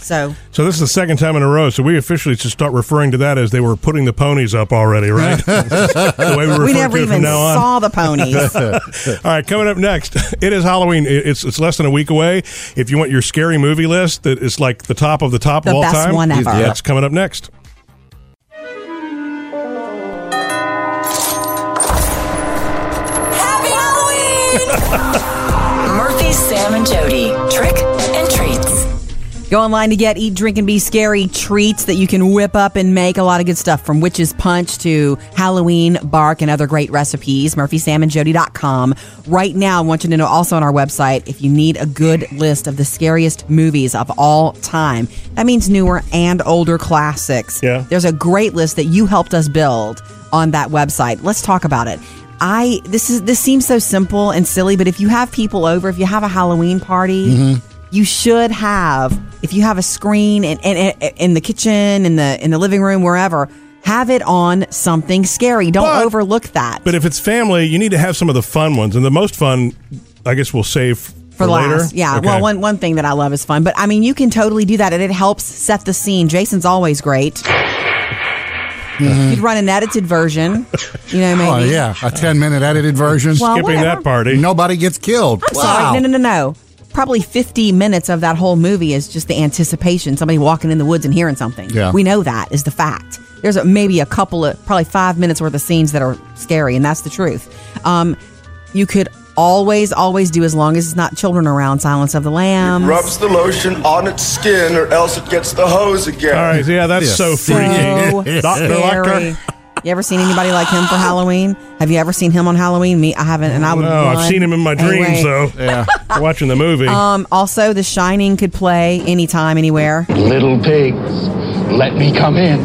B: So
A: So, this is the second time in a row. So, we officially should start referring to that as they were putting the ponies up already, right? the way we refer
B: we never
A: to it
B: even
A: from now on.
B: saw the ponies.
A: All right, coming up next, it is Halloween. It- It's it's less than a week away. If you want your scary movie list, that is like the top of the top
B: The
A: of all
B: best
A: time.
B: one ever. Yeah.
A: That's coming up next.
E: Happy Halloween! Murphy,
D: Jay, Sam, and Jody. Trick and treats.
B: Go online to get Eat, Drink, and Be Scary treats that you can whip up and make a lot of good stuff from witch's punch to Halloween bark and other great recipes. MurphySamandJody.com. Right now, I want you to know also on our website if you need a good list of the scariest movies of all time. That means newer and older classics.
A: Yeah.
B: There's a great list that you helped us build on that website. Let's talk about it. I this is this seems so simple and silly, but if you have people over, if you have a Halloween party,
A: Mm-hmm.
B: you should have if you have a screen and in, in, in the kitchen, in the in the living room, wherever, have it on something scary. Don't
A: But-
B: overlook that.
A: But if it's family, you need to have some of the fun ones, and the most fun, I guess, we'll save for,
B: for
A: later.
B: last. Yeah.
A: Okay.
B: Well, one one thing that I love is fun, but I mean, you can totally do that, and it helps set the scene. Jason's always great.
A: Mm-hmm.
B: You'd run an edited version, you know,
C: Oh,
B: maybe.
C: yeah. A 10 minute edited version.
B: Well,
A: skipping
B: whatever.
A: that party.
C: Nobody gets killed.
B: I'm sorry. No, no, no, no. Probably 50 minutes of that whole movie is just the anticipation, somebody walking in the woods and hearing something.
C: Yeah.
B: We know that is the fact. There's a, maybe a couple of, probably five minutes worth of scenes that are scary, and that's the truth. Um, you could always, always do, as long as it's not children around, Silence of the Lambs.
K: Rubs the lotion on its skin, or else it gets the hose again.
A: All right. Yeah, that's
C: Yeah.
A: so
B: so
A: freaky. Dr.
B: scary.
A: Lecter?
B: You ever seen anybody like him for Halloween? Have you ever seen him on Halloween? Me, I haven't, and I would.
A: No, I've
B: run
A: seen him in my
B: away.
A: dreams though. Yeah, watching the movie.
B: Um, also, The Shining could play anytime, anywhere.
K: Little pigs, let me come in.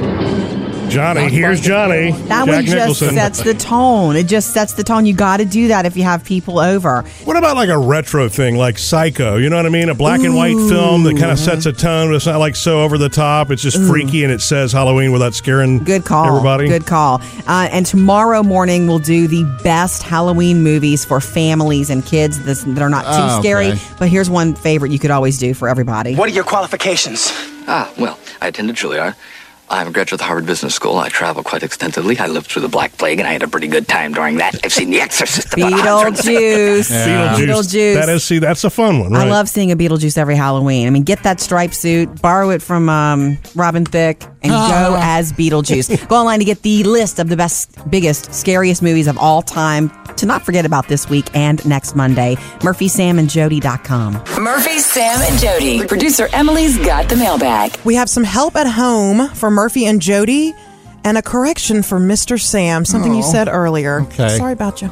A: Johnny, here's Johnny.
B: That
A: Jack
B: one just
A: Nicholson.
B: sets the tone. It just sets the tone. You got to do that if you have people over.
A: What about like a retro thing, like Psycho? You know what I mean? A black and white film that kind of sets a tone, but it's not like so over the top. It's just freaky, and it says Halloween without scaring
B: Good call,
A: everybody.
B: Good call. Uh, and tomorrow morning we'll do the best Halloween movies for families and kids that's, that are not too
C: Oh, okay.
B: scary. But here's one favorite you could always do for everybody.
K: What are your qualifications?
L: Ah, well, I attended Juilliard. I'm a graduate of the Harvard Business School. I travel quite extensively. I lived through the Black Plague, and I had a pretty good time during that. I've seen The Exorcist about a hundred
B: Beetlejuice.
A: Beetlejuice. That is see, that's a fun one. Right?
B: I love seeing a Beetlejuice every Halloween. I mean, get that striped suit, borrow it from um, Robin Thicke, and go as Beetlejuice. go online to get the list of the best, biggest, scariest movies of all time to not forget about this week and next Monday. MurphySamandJody.com.
D: Murphy, Sam, and Jody. Producer Emily's got the mailbag.
J: We have some help at home for Murphy and Jody and a correction for Mr. Sam, something
B: Oh.
J: you said earlier.
C: Okay.
J: Sorry about you.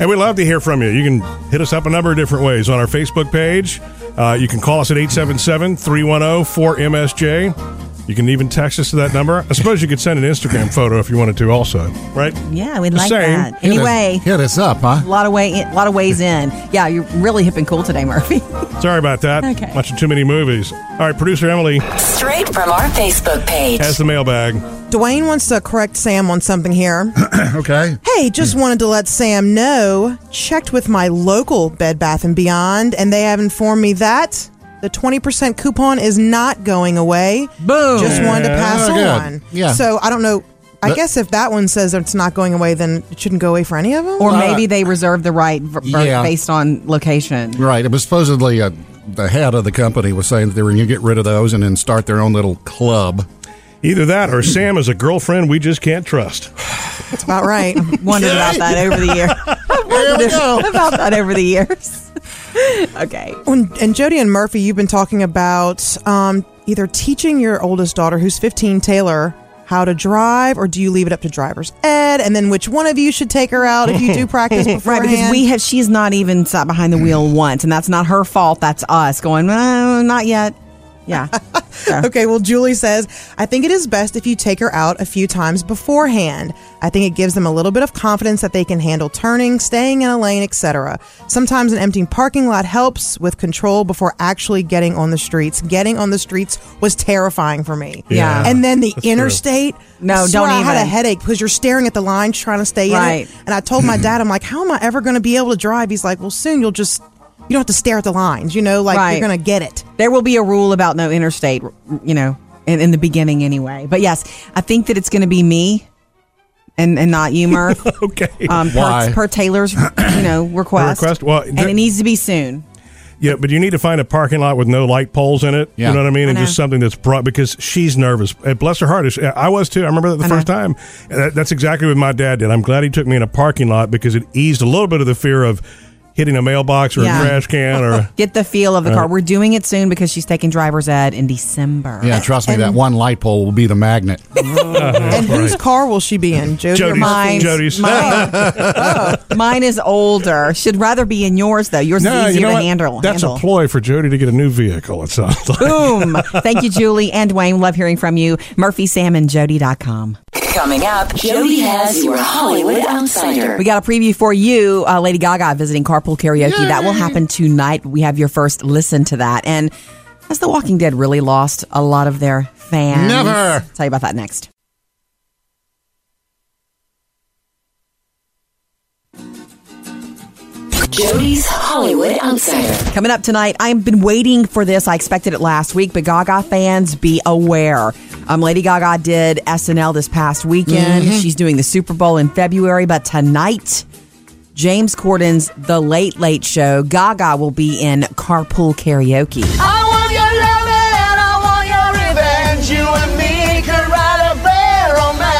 A: And we love to hear from you. You can hit us up a number of different ways on our Facebook page. Uh, you can call us at 877 310 4MSJ. You can even text us to that number. I suppose you could send an Instagram photo if you wanted to, also, right?
B: Yeah, we'd
A: The
B: like
A: same.
B: that.
C: Hit us-
B: Anyway,
C: Hit us up, huh?
B: a lot of way, in, a lot of ways in. Yeah, you're really hip and cool today, Murphy.
A: Sorry about that.
B: Okay.
A: Watching too many movies. All right, producer Emily
D: Straight from our Facebook page.
A: has the mailbag.
J: Dwayne wants to correct Sam on something here.
C: Okay.
J: Hey, just wanted to let Sam know. Checked with my local Bed Bath and Beyond, and they have informed me that the twenty percent coupon is not going away.
B: Boom.
J: eh? Just wanted to pass
C: Oh, good.
J: on.
C: Yeah.
J: So I don't know. I
C: But-
J: guess if that one says it's not going away, then it shouldn't go away for any of them.
B: Or maybe they reserve the right v- v-
C: Yeah.
B: based on location.
C: Right. It was supposedly uh the head of the company was saying that they were going to get rid of those and then start their own little club.
A: Either that or Sam is a girlfriend we just can't trust.
J: that's about right.
B: wondered about that over the year. I've wondered about that over the years. okay.
J: And, and Jody and Murphy, you've been talking about um, either teaching your oldest daughter, who's 15, Taylor, how to drive, or do you leave it up to driver's ed? And then which one of you should take her out if you do practice
B: Right,
J: beforehand?
B: because we have she's not even sat behind the
J: Mm.
B: wheel once, and that's not her fault. That's us going, no, not yet. Yeah.
J: Okay, well, Julie says, I think it is best if you take her out a few times beforehand. I think it gives them a little bit of confidence that they can handle turning, staying in a lane, etc. Sometimes an empty parking lot helps with control before actually getting on the streets. Getting on the streets was terrifying for me.
B: Yeah.
J: And then the
A: That's true.
J: interstate.
B: No,
J: I swear
B: don't
J: I had a
B: even.
J: headache because you're staring at the line trying to stay in
B: Right.
J: it. And I told my dad, I'm like, how am I ever going to be able to drive? He's like, well, soon you'll just, you don't have to stare at the lines, you know, like
B: Right.
J: you're going to get it.
B: there will be a rule about no interstate, you know, in, in the beginning anyway. But yes, I think that it's going to be me and, and not you, Murph,
A: Okay.
B: um,
C: Why?
B: per, per Taylor's, you know, request.
A: request? Well,
B: and
A: th-
B: it needs to be soon.
A: yeah, but you need to find a parking lot with no light poles in it.
C: Yeah.
A: You know what I mean? and
B: know.
A: just something that's brought because she's nervous. And bless her heart. it's- I was too. I remember that the
B: I know.
A: first time. And that- That's exactly what my dad did. I'm glad he took me in a parking lot because it eased a little bit of the fear of hitting a mailbox or
B: Yeah.
A: a trash can or a-
B: Get the feel of the
A: Uh,
B: car. We're doing it soon because she's taking driver's ed in December.
C: Yeah, trust me, that one light pole will be the magnet.
J: And whose car will she be in? Jody or
C: Jody's.
J: mine?
B: Mine's, Mine, Oh, mine is older. Should rather be in yours though. Yours
A: Nah,
B: is
A: you
B: easier
A: know
B: to
A: what?
B: handle.
A: That's
B: handle.
A: a ploy for Jody to get a new vehicle. It sounds like.
B: Boom. Thank you, Julie and Dwayne. Love hearing from you. MurphySamandJody.com.
D: Coming up, Jody has your Hollywood Outsider.
B: We got a preview for you. Uh, Lady Gaga visiting Carpool Karaoke. That will happen tonight. We have your first listen to that. And has The Walking Dead really lost a lot of their fans?
D: Never.
B: Tell you about that next.
D: Jody's Hollywood Outsider.
B: Coming up tonight, I've been waiting for this. I expected it last week, but Gaga fans, be aware. Um, Lady Gaga did SNL this past weekend.
D: Mhm.
B: She's doing the Super Bowl in February, but tonight, James Corden's The Late Late Show. Gaga will be in Carpool Karaoke.
F: I want your love and I want your revenge. You and me can write a rare romance.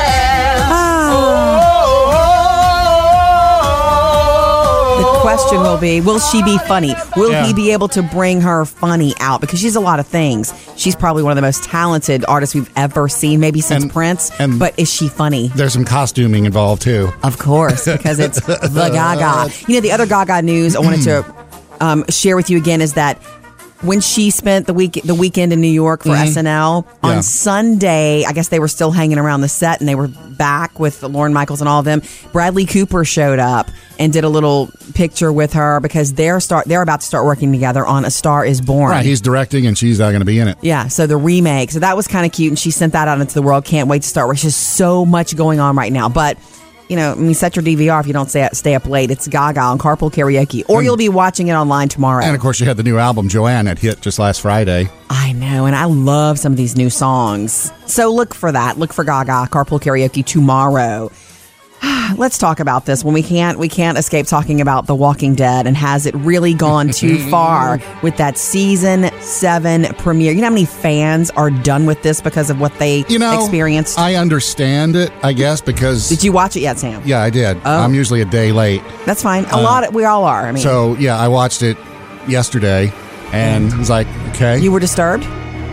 B: The question will be Will she be funny? Will
F: Yeah.
B: he be able to bring her funny out? Because she's a lot of things. She's probably one of the most talented artists we've ever seen, maybe since Prince. but is she funny?
C: There's some costuming involved too.
B: Of course, because it's the Gaga. You know, the other Gaga news I wanted to um, share with you again is that when she spent the week the weekend in New York for
C: Mm-hmm.
D: Mhm.
B: SNL
D: Yeah.
B: on Sunday, I guess they were still hanging around the set and they were back with Lauren Michaels and all of them. Bradley Cooper showed up and did a little picture with her because they're start they're about to start working together on A Star Is Born.
C: Right, he's directing and she's not going to be in it.
B: Yeah, so the remake. So that was kind of cute, and she sent that out into the world. Can't wait to start. There's just so much going on right now, but. You know, I mean, set your DVR if you don't stay, stay up late. It's Gaga on Carpool Karaoke, or you'll be watching it online tomorrow.
C: And of course, you had the new album Joanne that hit just last Friday.
B: I know, and I love some of these new songs. So look for that. Look for Gaga Carpool Karaoke tomorrow. Let's talk about this when we can't we can't escape talking about The Walking Dead and has it really gone too far with that season 7 premiere. You know how many fans are done with this because of what they
C: You know,
B: experienced?
C: I understand it, I guess, because
B: Did you Oh. watch it yet, Sam?
C: yeah, I did. I'm usually a day late.
B: That's fine. A
C: Uh,
B: lot of, we all are. I mean,
C: so yeah, I watched it yesterday, and
B: Mm.
C: I was like, okay, you
B: were disturbed.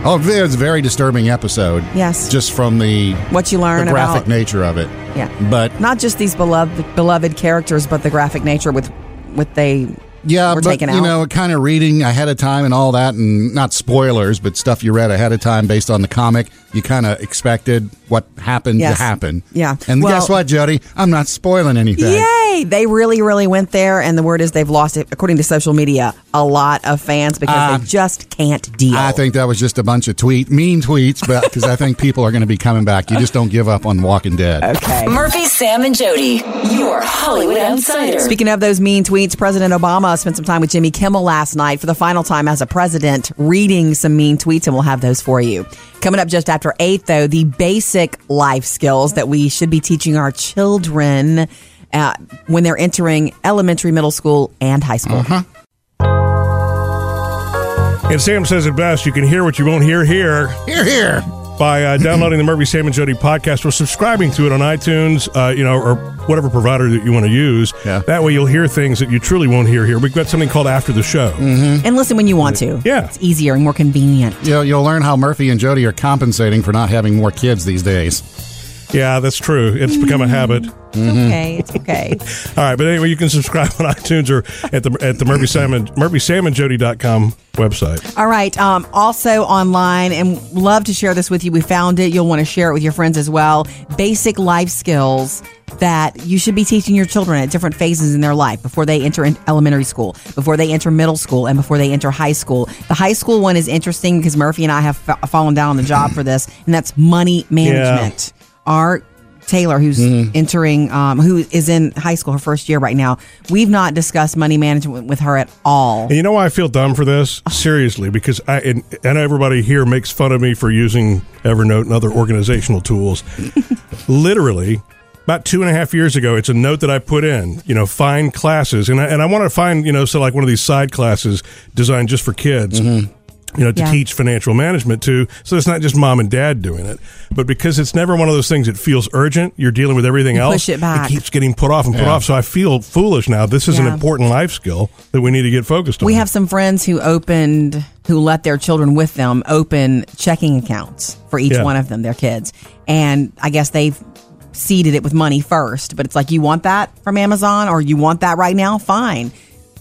C: Oh, it was a very disturbing episode.
B: Yes.
C: just from the
B: What you learn
C: the graphic
B: about-
C: nature of it.
B: Yeah.
C: but
B: not just these beloved beloved characters but the graphic nature with with they
C: yeah,
B: were
C: but
B: taken
C: you
B: out.
C: know, kind of reading ahead of time and all that, and not spoilers, but stuff you read ahead of time based on the comic. You kind of expected what happened
B: Yes.
C: to happen.
B: Yeah.
C: and
B: Well-
C: guess what, Jody? I'm not spoiling anything.
B: Yay! They really, really went there, and the word is they've lost, according to social media, a lot of fans because
C: Uh,
B: they just can't deal.
C: Ah, I think that was just a bunch of tweet, mean tweets, but because I think people are going to be coming back. You just don't give up on Walking Dead.
B: Okay.
D: Murphy, Sam, and Jody, your Hollywood Outsider.
B: Speaking of those mean tweets, President Obama spent some time with Jimmy Kimmel last night for the final time as a president, reading some mean tweets, and we'll have those for you. Coming up just after eight, though, the basic life skills that we should be teaching our children uh, when they're entering elementary, middle school, and high school.
A: And Sam says it best: you can hear what you won't hear here.
C: Hear, hear.
A: By uh, downloading the Murphy Sam and Jody podcast or subscribing to it on iTunes, uh, you know, or whatever provider that you want to use. Yeah. That way, you'll hear things that you truly won't hear here. We've got something called after the show.
B: And listen when you want to.
A: Yeah.
B: It's easier and more convenient.
C: You'll, you'll learn how Murphy and Jody are compensating for not having more kids these days.
A: Yeah, that's true. It's become a habit.
B: Okay, it's okay.
A: All right, but anyway, you can subscribe on iTunes or at the at the Murphy Sam and Murphy Sam and Jody.com website.
B: All right. Um, also online, and love to share this with you. We found it. You'll want to share it with your friends as well. Basic life skills that you should be teaching your children at different phases in their life before they enter in elementary school, before they enter middle school, and before they enter high school. The high school one is interesting because Murphy and I have fa- fallen down on the job for this, and that's money management. Our Taylor, who's entering, um, who is in high school, her first year right now. We've not discussed money management with her at all.
A: And you know why I feel dumb for this? Seriously, because I and, and everybody here makes fun of me for using Evernote and other organizational tools. Literally, about two and a half years ago, it's a note that I put in. You know, find classes, and I, and I want to find you know, so like one of these side classes designed just for kids. you know, to
B: Mm-hmm. Yeah.
A: teach financial management to. So it's not just mom and dad doing it, but because it's never one of those things that feels urgent, you're dealing with everything
B: You
A: else.
B: push it back.
A: keeps getting put off and put
B: Yeah.
A: off. So I feel foolish now. This is an
B: Yeah.
A: important life skill that we need to get focused on.
B: We have some friends who opened, who let their children with them open checking accounts for each
A: Yeah.
B: one of them, their kids. And I guess they've seeded it with money first, but it's like, you want that from Amazon or you want that right now? Fine.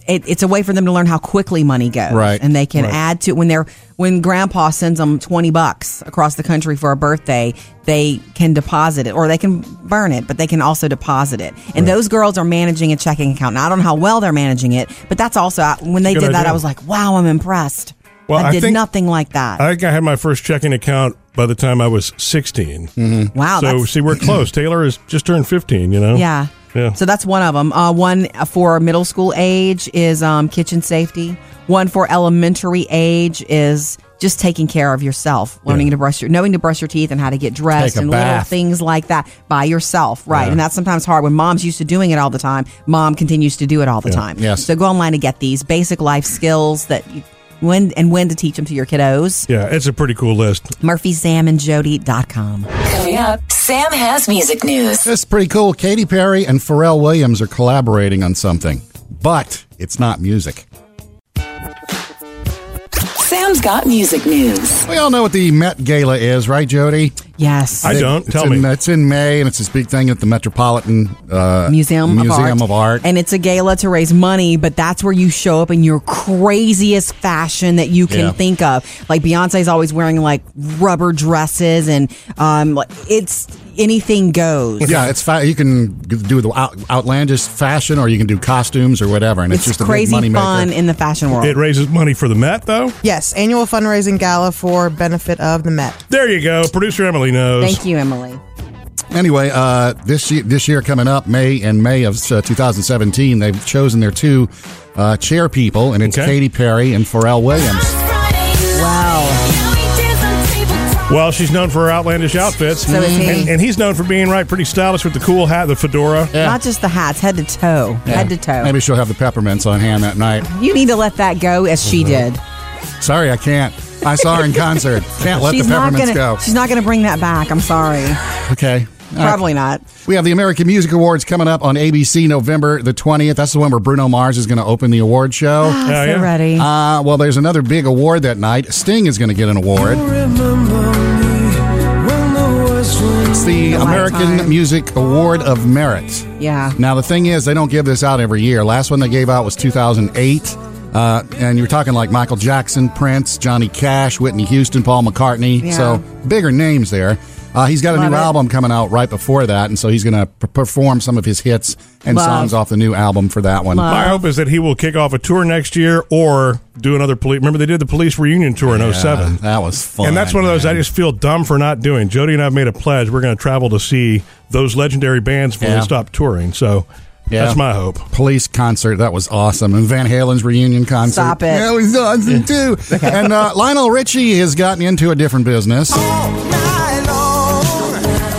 B: It, it's a way for them to learn how quickly money goes.
C: Right.
B: And they can
C: Right.
B: add to when they're, when grandpa sends them 20 bucks across the country for a birthday, they can deposit it or they can burn it, but they can also deposit it. And those girls are managing a checking account. Now, I don't know how well they're managing it, but that's also, I- when they
A: Good
B: did that,
A: idea.
B: I was like, wow, I'm impressed.
A: Well,
B: I
A: I
B: did
A: think-
B: nothing like that.
A: I think I had my first checking account by the time I was 16. Mm-hmm.
B: Wow,
A: So
B: Oh, that's-
A: see, we're close. Taylor is just turned 15, you know?
B: yeah.
A: Yeah.
B: So that's one of them. Uh, one for middle school age is um, kitchen safety. One for elementary age is just taking care of yourself, learning to brush your, knowing to brush your teeth and how to get dressed
C: Take a
B: and little
C: bath.
B: things like that by yourself, right?
C: Yeah.
B: And that's sometimes hard when mom's used to doing it all the time. Mom continues to do it all the time.
C: Yes.
B: So go online and get these basic life skills that you, when and when to teach them to your kiddos.
A: Yeah, it's a pretty cool list.
B: MurphySamandJody.com.
D: Coming up, Sam has music news.
C: That's pretty cool. Katy Perry and Pharrell Williams are collaborating on something, but it's not music.
D: Sam's got music news.
C: We all know what the Met Gala is, right, Jody?
B: Yes.
A: I don't.
C: It's
A: Tell
C: in-
A: me.
C: It's in May, and it's this big thing at the Metropolitan uh,
B: Museum,
C: Museum
B: of, Art.
C: And
B: And it's a gala to raise money, but that's where you show up in your craziest fashion that you can
C: Yeah.
B: think of. Like Beyonce's always wearing like rubber dresses and um like, it's anything goes.
C: yeah, it's fa- you can do the out- outlandish fashion, or you can do costumes or whatever, and it's,
B: It's
C: just a
B: crazy
C: big moneymaker.
B: fun in the fashion world.
A: It raises money for the Met, though.
J: Yes, annual fundraising gala for benefit of the Met.
A: There you go. Producer Emily knows.
B: Thank you, Emily.
C: Anyway, uh, this year, this year coming up, May and May of uh, 2017, they've chosen their two uh, chair people, and it's
A: Okay.
C: Katy Perry and Pharrell Williams.
B: Wow.
A: Well, she's known for her outlandish outfits.
B: So is he.
A: And, and he's known for being right pretty stylish with the cool hat, the fedora.
B: Not just the hats, head to toe.
C: Yeah.
B: Head to toe.
C: Maybe she'll have the peppermints on hand that night.
B: You need to let that go as
C: Mm-hmm.
B: she did.
C: Sorry, I can't. I saw her in concert. Can't let
B: she's
C: the
B: not
C: peppermints
B: gonna
C: go.
B: she's not gonna bring that back. I'm sorry.
C: Okay. All right.
B: Probably not.
C: We have the American Music Awards coming up on ABC November the 20th. That's the one where Bruno Mars is going to open the award show.
B: I'm so
A: yeah.
B: ready.
C: Uh, well, there's another big award that night. Sting is going to get an award. It's the
B: The
C: American
B: Lifetime.
C: Music Award of Merit.
B: yeah.
C: Now, the thing is, they don't give this out every year. Last one they gave out was 2008. Uh, and you're talking like Michael Jackson, Prince, Johnny Cash, Whitney Houston, Paul McCartney.
B: Yeah.
C: So bigger names there. Uh, he's got a
B: Love
C: new
B: it.
C: album coming out right before that. And so he's going to p- perform some of his hits and
B: Love.
C: songs off the new album for that one.
B: Love.
A: My hope is that he will kick off a tour next year or do another police. Remember, they did the police reunion tour in
C: Yeah,
A: 07.
C: Uh, that was fun.
A: And that's one of those I
C: man.
A: just feel dumb for not doing. Jody and I have made a pledge. We're going to travel to see those legendary bands when
C: Yeah.
A: they stop touring. So
C: Yeah.
A: that's my hope.
C: Police concert. That was awesome. And Van Halen's reunion concert.
B: Stop it.
C: That was awesome too. and uh, Lionel Richie has gotten into a different business.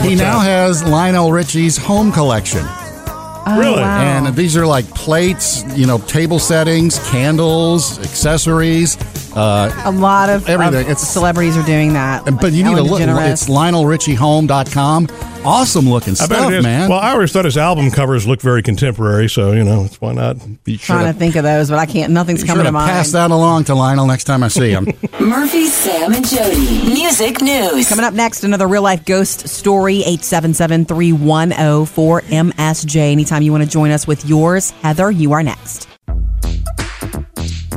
C: He now has Lionel Richie's home collection.
B: Oh.
A: really?
B: wow.
C: And these are like plates, you know, table settings, candles, accessories. Uh,
B: A lot of
C: Everything.
B: of
C: It's-
B: celebrities are doing that.
C: and- but you need to look. It's LionelRichieHome.com. Awesome looking
A: I bet
C: stuff,
A: it is.
C: man.
A: Well, I always thought his album covers look very contemporary, so, you know, why not?
C: be sure
B: trying
C: to,
B: to think of those, but I can't. Nothing's
C: be sure
B: coming
C: to
B: to mind.
C: pass that along to Lionel next time I see him.
D: Murphy, Sam, and Jody. Music news.
B: Coming up next, another real life ghost story, 877 310 4MSJ. Anytime you want to join us with yours, Heather, you are next.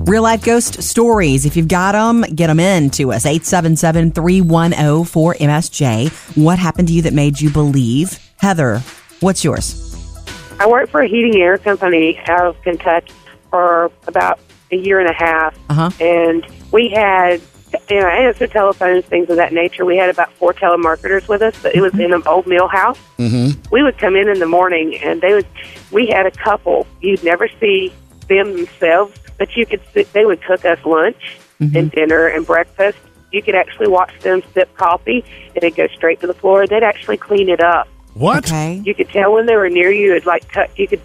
B: Real life ghost stories. If you've got them, get them in to us. 877 310 4MSJ. What happened to you that made you believe? Heather, what's yours?
G: I worked for a heating and air company out of Kentucky for about a year and a half,
B: Uh huh.
G: and we had you know I answer telephones, things of that nature. We had about four telemarketers with us, but it was in an old mill house.
C: mm-hmm.
G: We would come in in the morning, and they would. We had a couple you'd never see them themselves, but you could. sit- They would cook us lunch and dinner and breakfast. You could actually watch them sip coffee, and it'd go straight to the floor. They'd actually clean it up
A: What?
B: Okay.
G: you could tell when they were near you. It like tou- you could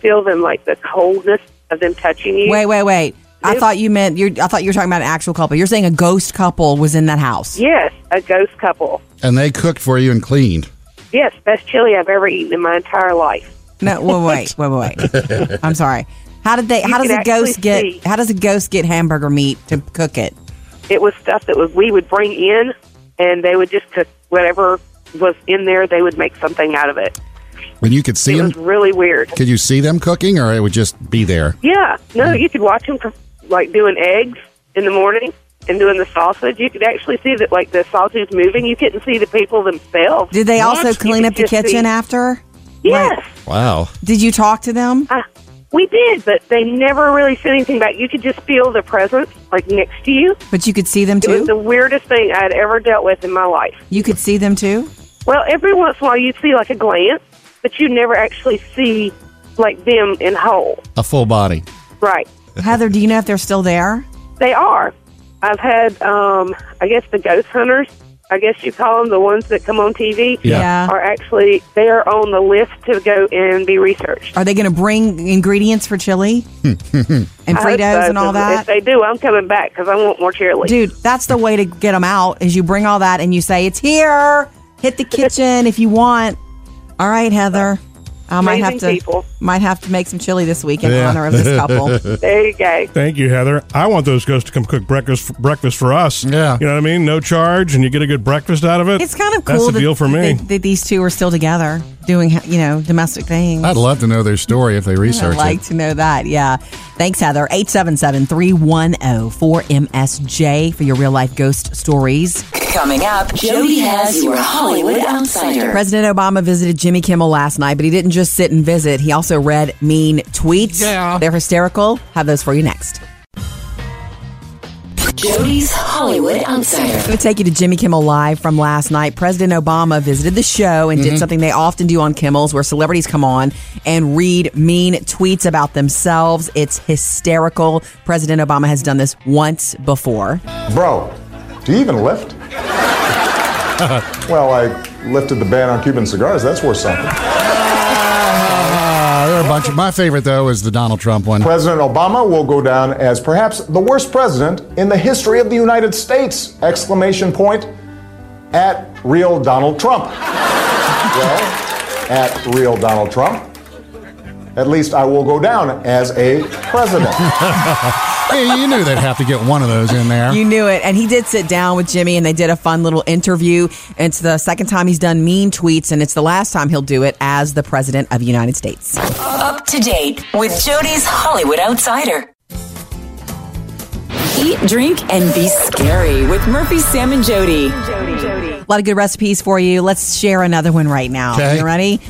G: feel them like the coldness of them touching you.
B: Wait, wait, wait. I thought you meant you. I thought you were talking about an actual couple. You're saying a ghost couple was in that house.
G: Yes, a ghost couple.
C: And they cooked for you and cleaned.
G: Yes, best chili I've ever eaten in my entire life.
B: No, wait, wait, wait, wait. I'm sorry. How did they?
G: You
B: how does
G: can
B: a ghost
G: actually
B: get?
G: see.
B: How does a ghost get hamburger meat to cook it?
G: It was stuff that was we would bring in, and they would just cook whatever was in there. They would make something out of it.
C: When you could see
G: It
C: them,
G: was really weird.
C: could you see them cooking, or it would just be there?
G: Yeah, no,
B: Mm-hmm.
G: you could watch them like doing eggs in the morning and doing the sausage. You could actually see that like the sausage moving. You couldn't see the people themselves.
B: Did they also clean
G: You
B: up the
G: could just
B: kitchen
G: see-
B: after?
G: Yes,
C: Wow.
B: Did you talk to them?
G: Uh, we did, but they never really said anything back. You could just feel their presence like next to you.
B: But you could see them
G: It was
B: too.
G: the weirdest thing I had ever dealt with in my life.
B: You could see them too.
G: Well, every once in a while you'd see like a glance, but you never actually see like them in whole.
C: A full body.
G: Right.
B: Heather, do you know if they're still there?
G: They are. I've had, um, I guess, the ghost hunters. I guess you call them the ones that come on TV.
B: Yeah. Yeah.
G: Are actually they are on the list to go and be researched.
B: Are they going to bring ingredients for chili and
G: I hope
B: Fritos
G: so,
B: and all
G: 'cause
B: that?
G: If they do, I'm coming back because I want more cheerleaders.
B: Dude, that's the way to get them out is you bring all that and you say it's here. Hit the kitchen if you want. All right, Heather. I might have to
G: Amazing people.
B: might have to make some chili this week in
A: Yeah.
B: honor of this couple.
G: There you go.
A: Thank you, Heather. I want those ghosts to come cook breakfast breakfast for us. Yeah, you know what I mean. No charge, and you get a good breakfast out of it.
B: It's kind of
A: That's
B: cool
A: the deal
B: that,
A: for me.
B: That, that these two are still together doing you know domestic things.
C: I'd love to know their story if they research
B: I'd like
C: it.
B: to know that. Yeah. Thanks, Heather. 877 310 4MSJ for your real life ghost stories.
D: Coming up, Jody has your Hollywood Outsider.
B: President Obama visited Jimmy Kimmel last night, but he didn't just sit and visit. He also read mean tweets. Yeah. They're hysterical. Have those for you next.
D: Jody's Hollywood
B: I'm
D: Outsider.
B: going to take you to Jimmy Kimmel Live from last night. President Obama visited the show and
D: Mhm.
B: did something they often do on Kimmel's, where celebrities come on and read mean tweets about themselves. It's hysterical. President Obama has done this once before.
H: Bro, do you even lift? well, I lifted the ban on Cuban cigars. That's worth something.
C: Ah, there are a bunch. Of, my favorite though is the Donald Trump one.
H: President Obama will go down as perhaps the worst president in the history of the United States! Exclamation point at real Donald Trump. well, at real Donald Trump. At least I will go down as a president.
C: hey, you knew they'd have to get one of those in there.
B: You knew it. And he did sit down with Jimmy and they did a fun little interview. And it's the second time he's done mean tweets, and it's the last time he'll do it as the President of the United States.
D: Up to date with Jody's Hollywood Outsider. Eat, drink, and be scary with Murphy, Sam, and Jody.
B: A lot of good recipes for you. Let's share another one right now.
D: Okay.
B: You ready?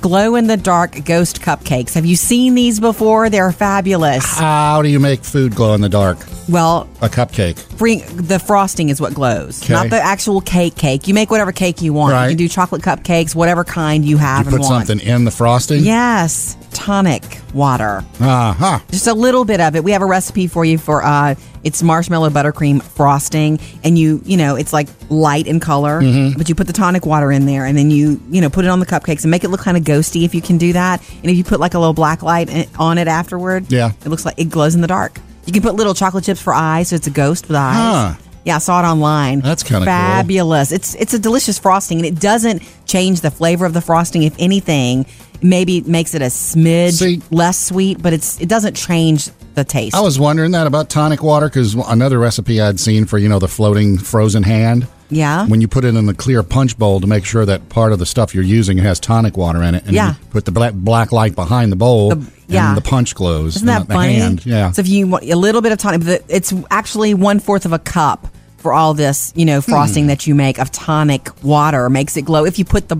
B: Glow in the dark ghost cupcakes. Have you seen these before? They're fabulous.
C: How do you make food glow in the dark?
B: Well,
C: A cupcake.
B: bring the frosting is what glows,
C: Okay.
B: not the actual cake. Cake. You make whatever cake you want.
C: Right.
B: You can do chocolate cupcakes, whatever kind you
C: You
B: have. and
C: put
B: want.
C: something in the frosting.
B: Yes, tonic water.
C: Uh huh.
B: Just a little bit of it. We have a recipe for you for uh it's marshmallow buttercream frosting and you, you know, it's like light in color,
C: Mm-hmm.
D: Mhm.
B: but you put the tonic water in there and then you, you know, put it on the cupcakes and make it look kind of ghosty if you can do that. And if you put like a little black light i- on it afterward,
C: Yeah.
B: It looks like it glows in the dark. You can put little chocolate chips for eyes, so it's a ghost with eyes.
C: Huh.
B: Yeah, I saw it online.
C: That's kinda cool.
B: fabulous. It's it's a delicious frosting, and it doesn't change the flavor of the frosting. If anything, maybe it makes it a smidge less sweet, but it's it doesn't change the taste.
C: I was wondering that about tonic water because another recipe I'd seen for you know the floating frozen hand.
B: Yeah.
C: When you put it in the clear punch bowl to make sure that part of the stuff you're using has tonic water in it, and
B: Yeah.
C: you put the black black light behind the bowl,
B: yeah.
C: and the punch glows.
B: Isn't that
C: and the
B: funny?
C: hand, yeah.
B: So if you want a little bit of tonic, but it's actually one fourth of a cup for all this, you know, frosting
C: Hmm.
B: that you make of tonic water makes it glow. If you put the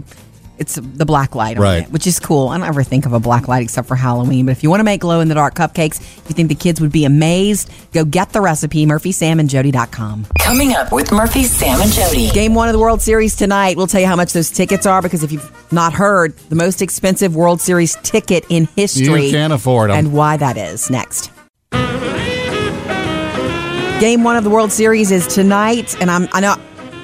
B: it's the black light on
C: Right.
B: it, which is cool. I don't ever think of a black light except for Halloween. But if you want to make glow in the dark cupcakes, if you think the kids would be amazed, go get the recipe, murphysamandjody.com.
D: Coming up with Murphy, Sam, and Jody.
B: Game one of the World Series tonight. We'll tell you how much those tickets are because if you've not heard, the most expensive World Series ticket in history.
C: You can't afford 'em.
B: And why that is next. Game one of the World Series is tonight, and I'm I know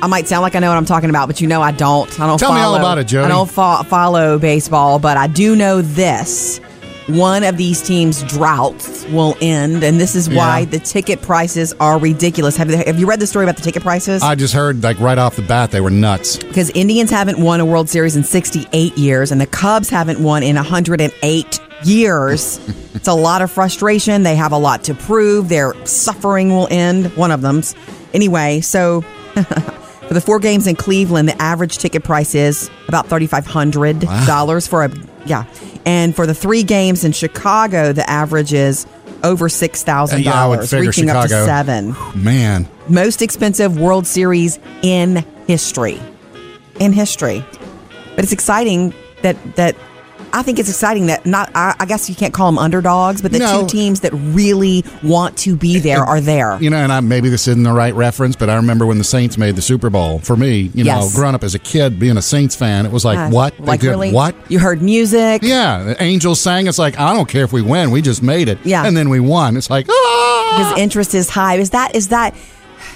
B: I might sound like I know what I'm talking about, but you know I don't. I don't
C: Tell me all
B: follow-
C: about it, Jody.
B: I don't fo- follow baseball, but I do know this. one of these teams' droughts will end, and this is why
C: Yeah.
B: the ticket prices are ridiculous. Have, have you read the story about the ticket prices?
C: I just heard like right off the bat they were nuts.
B: because Indians haven't won a World Series in 68 years, and the Cubs haven't won in 108 years. it's a lot of frustration. They have a lot to prove. Their suffering will end. One of them's anyway. So for the four games in Cleveland, the average ticket price is about $3,500 dollars for a yeah, and for the three games in Chicago, the average is over six thousand
C: Uh, Yeah, I would
B: dollars,
C: figure
B: reaching up to
C: Chicago.
B: seven
C: Man,
B: most expensive World Series in history. In history. But it's exciting that that I think it's exciting that not I, I guess you can't call them underdogs, but the
C: No. Eh,
B: two teams that really want to be there are there.
C: you know, and I, maybe this isn't the right reference, but I remember when the Saints made the Super Bowl. For me, you know,
B: Yes.
C: growing up as a kid being a Saints fan, it was like
B: Uh,
C: what? They
B: Like
C: did
B: really?
C: What?
B: You heard music.
C: Yeah, the Angels sang. It's like I don't care if we win, we just made it.
B: Yeah.
C: and then we won. It's like ah!
B: His interest is high. Is that is that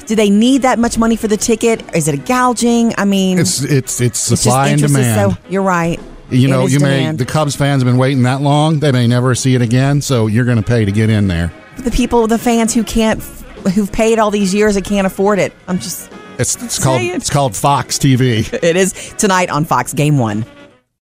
B: do they need that much money for the ticket? Is it a gouging? I mean
C: it's it's it's
B: it's just
C: supply and
B: interest is
C: demand.
B: So, you're right.
C: you
B: It
C: know,
B: is
C: you
B: demand.
C: may the Cubs fans have been waiting that long; they may never see it again. So you're going to pay to get in there.
B: the people, the fans who can't, who've paid all these years and can't afford it. I'm just,
C: It's, it's called
B: Say it.
C: it's called Fox TV.
B: it is tonight on Fox Game One.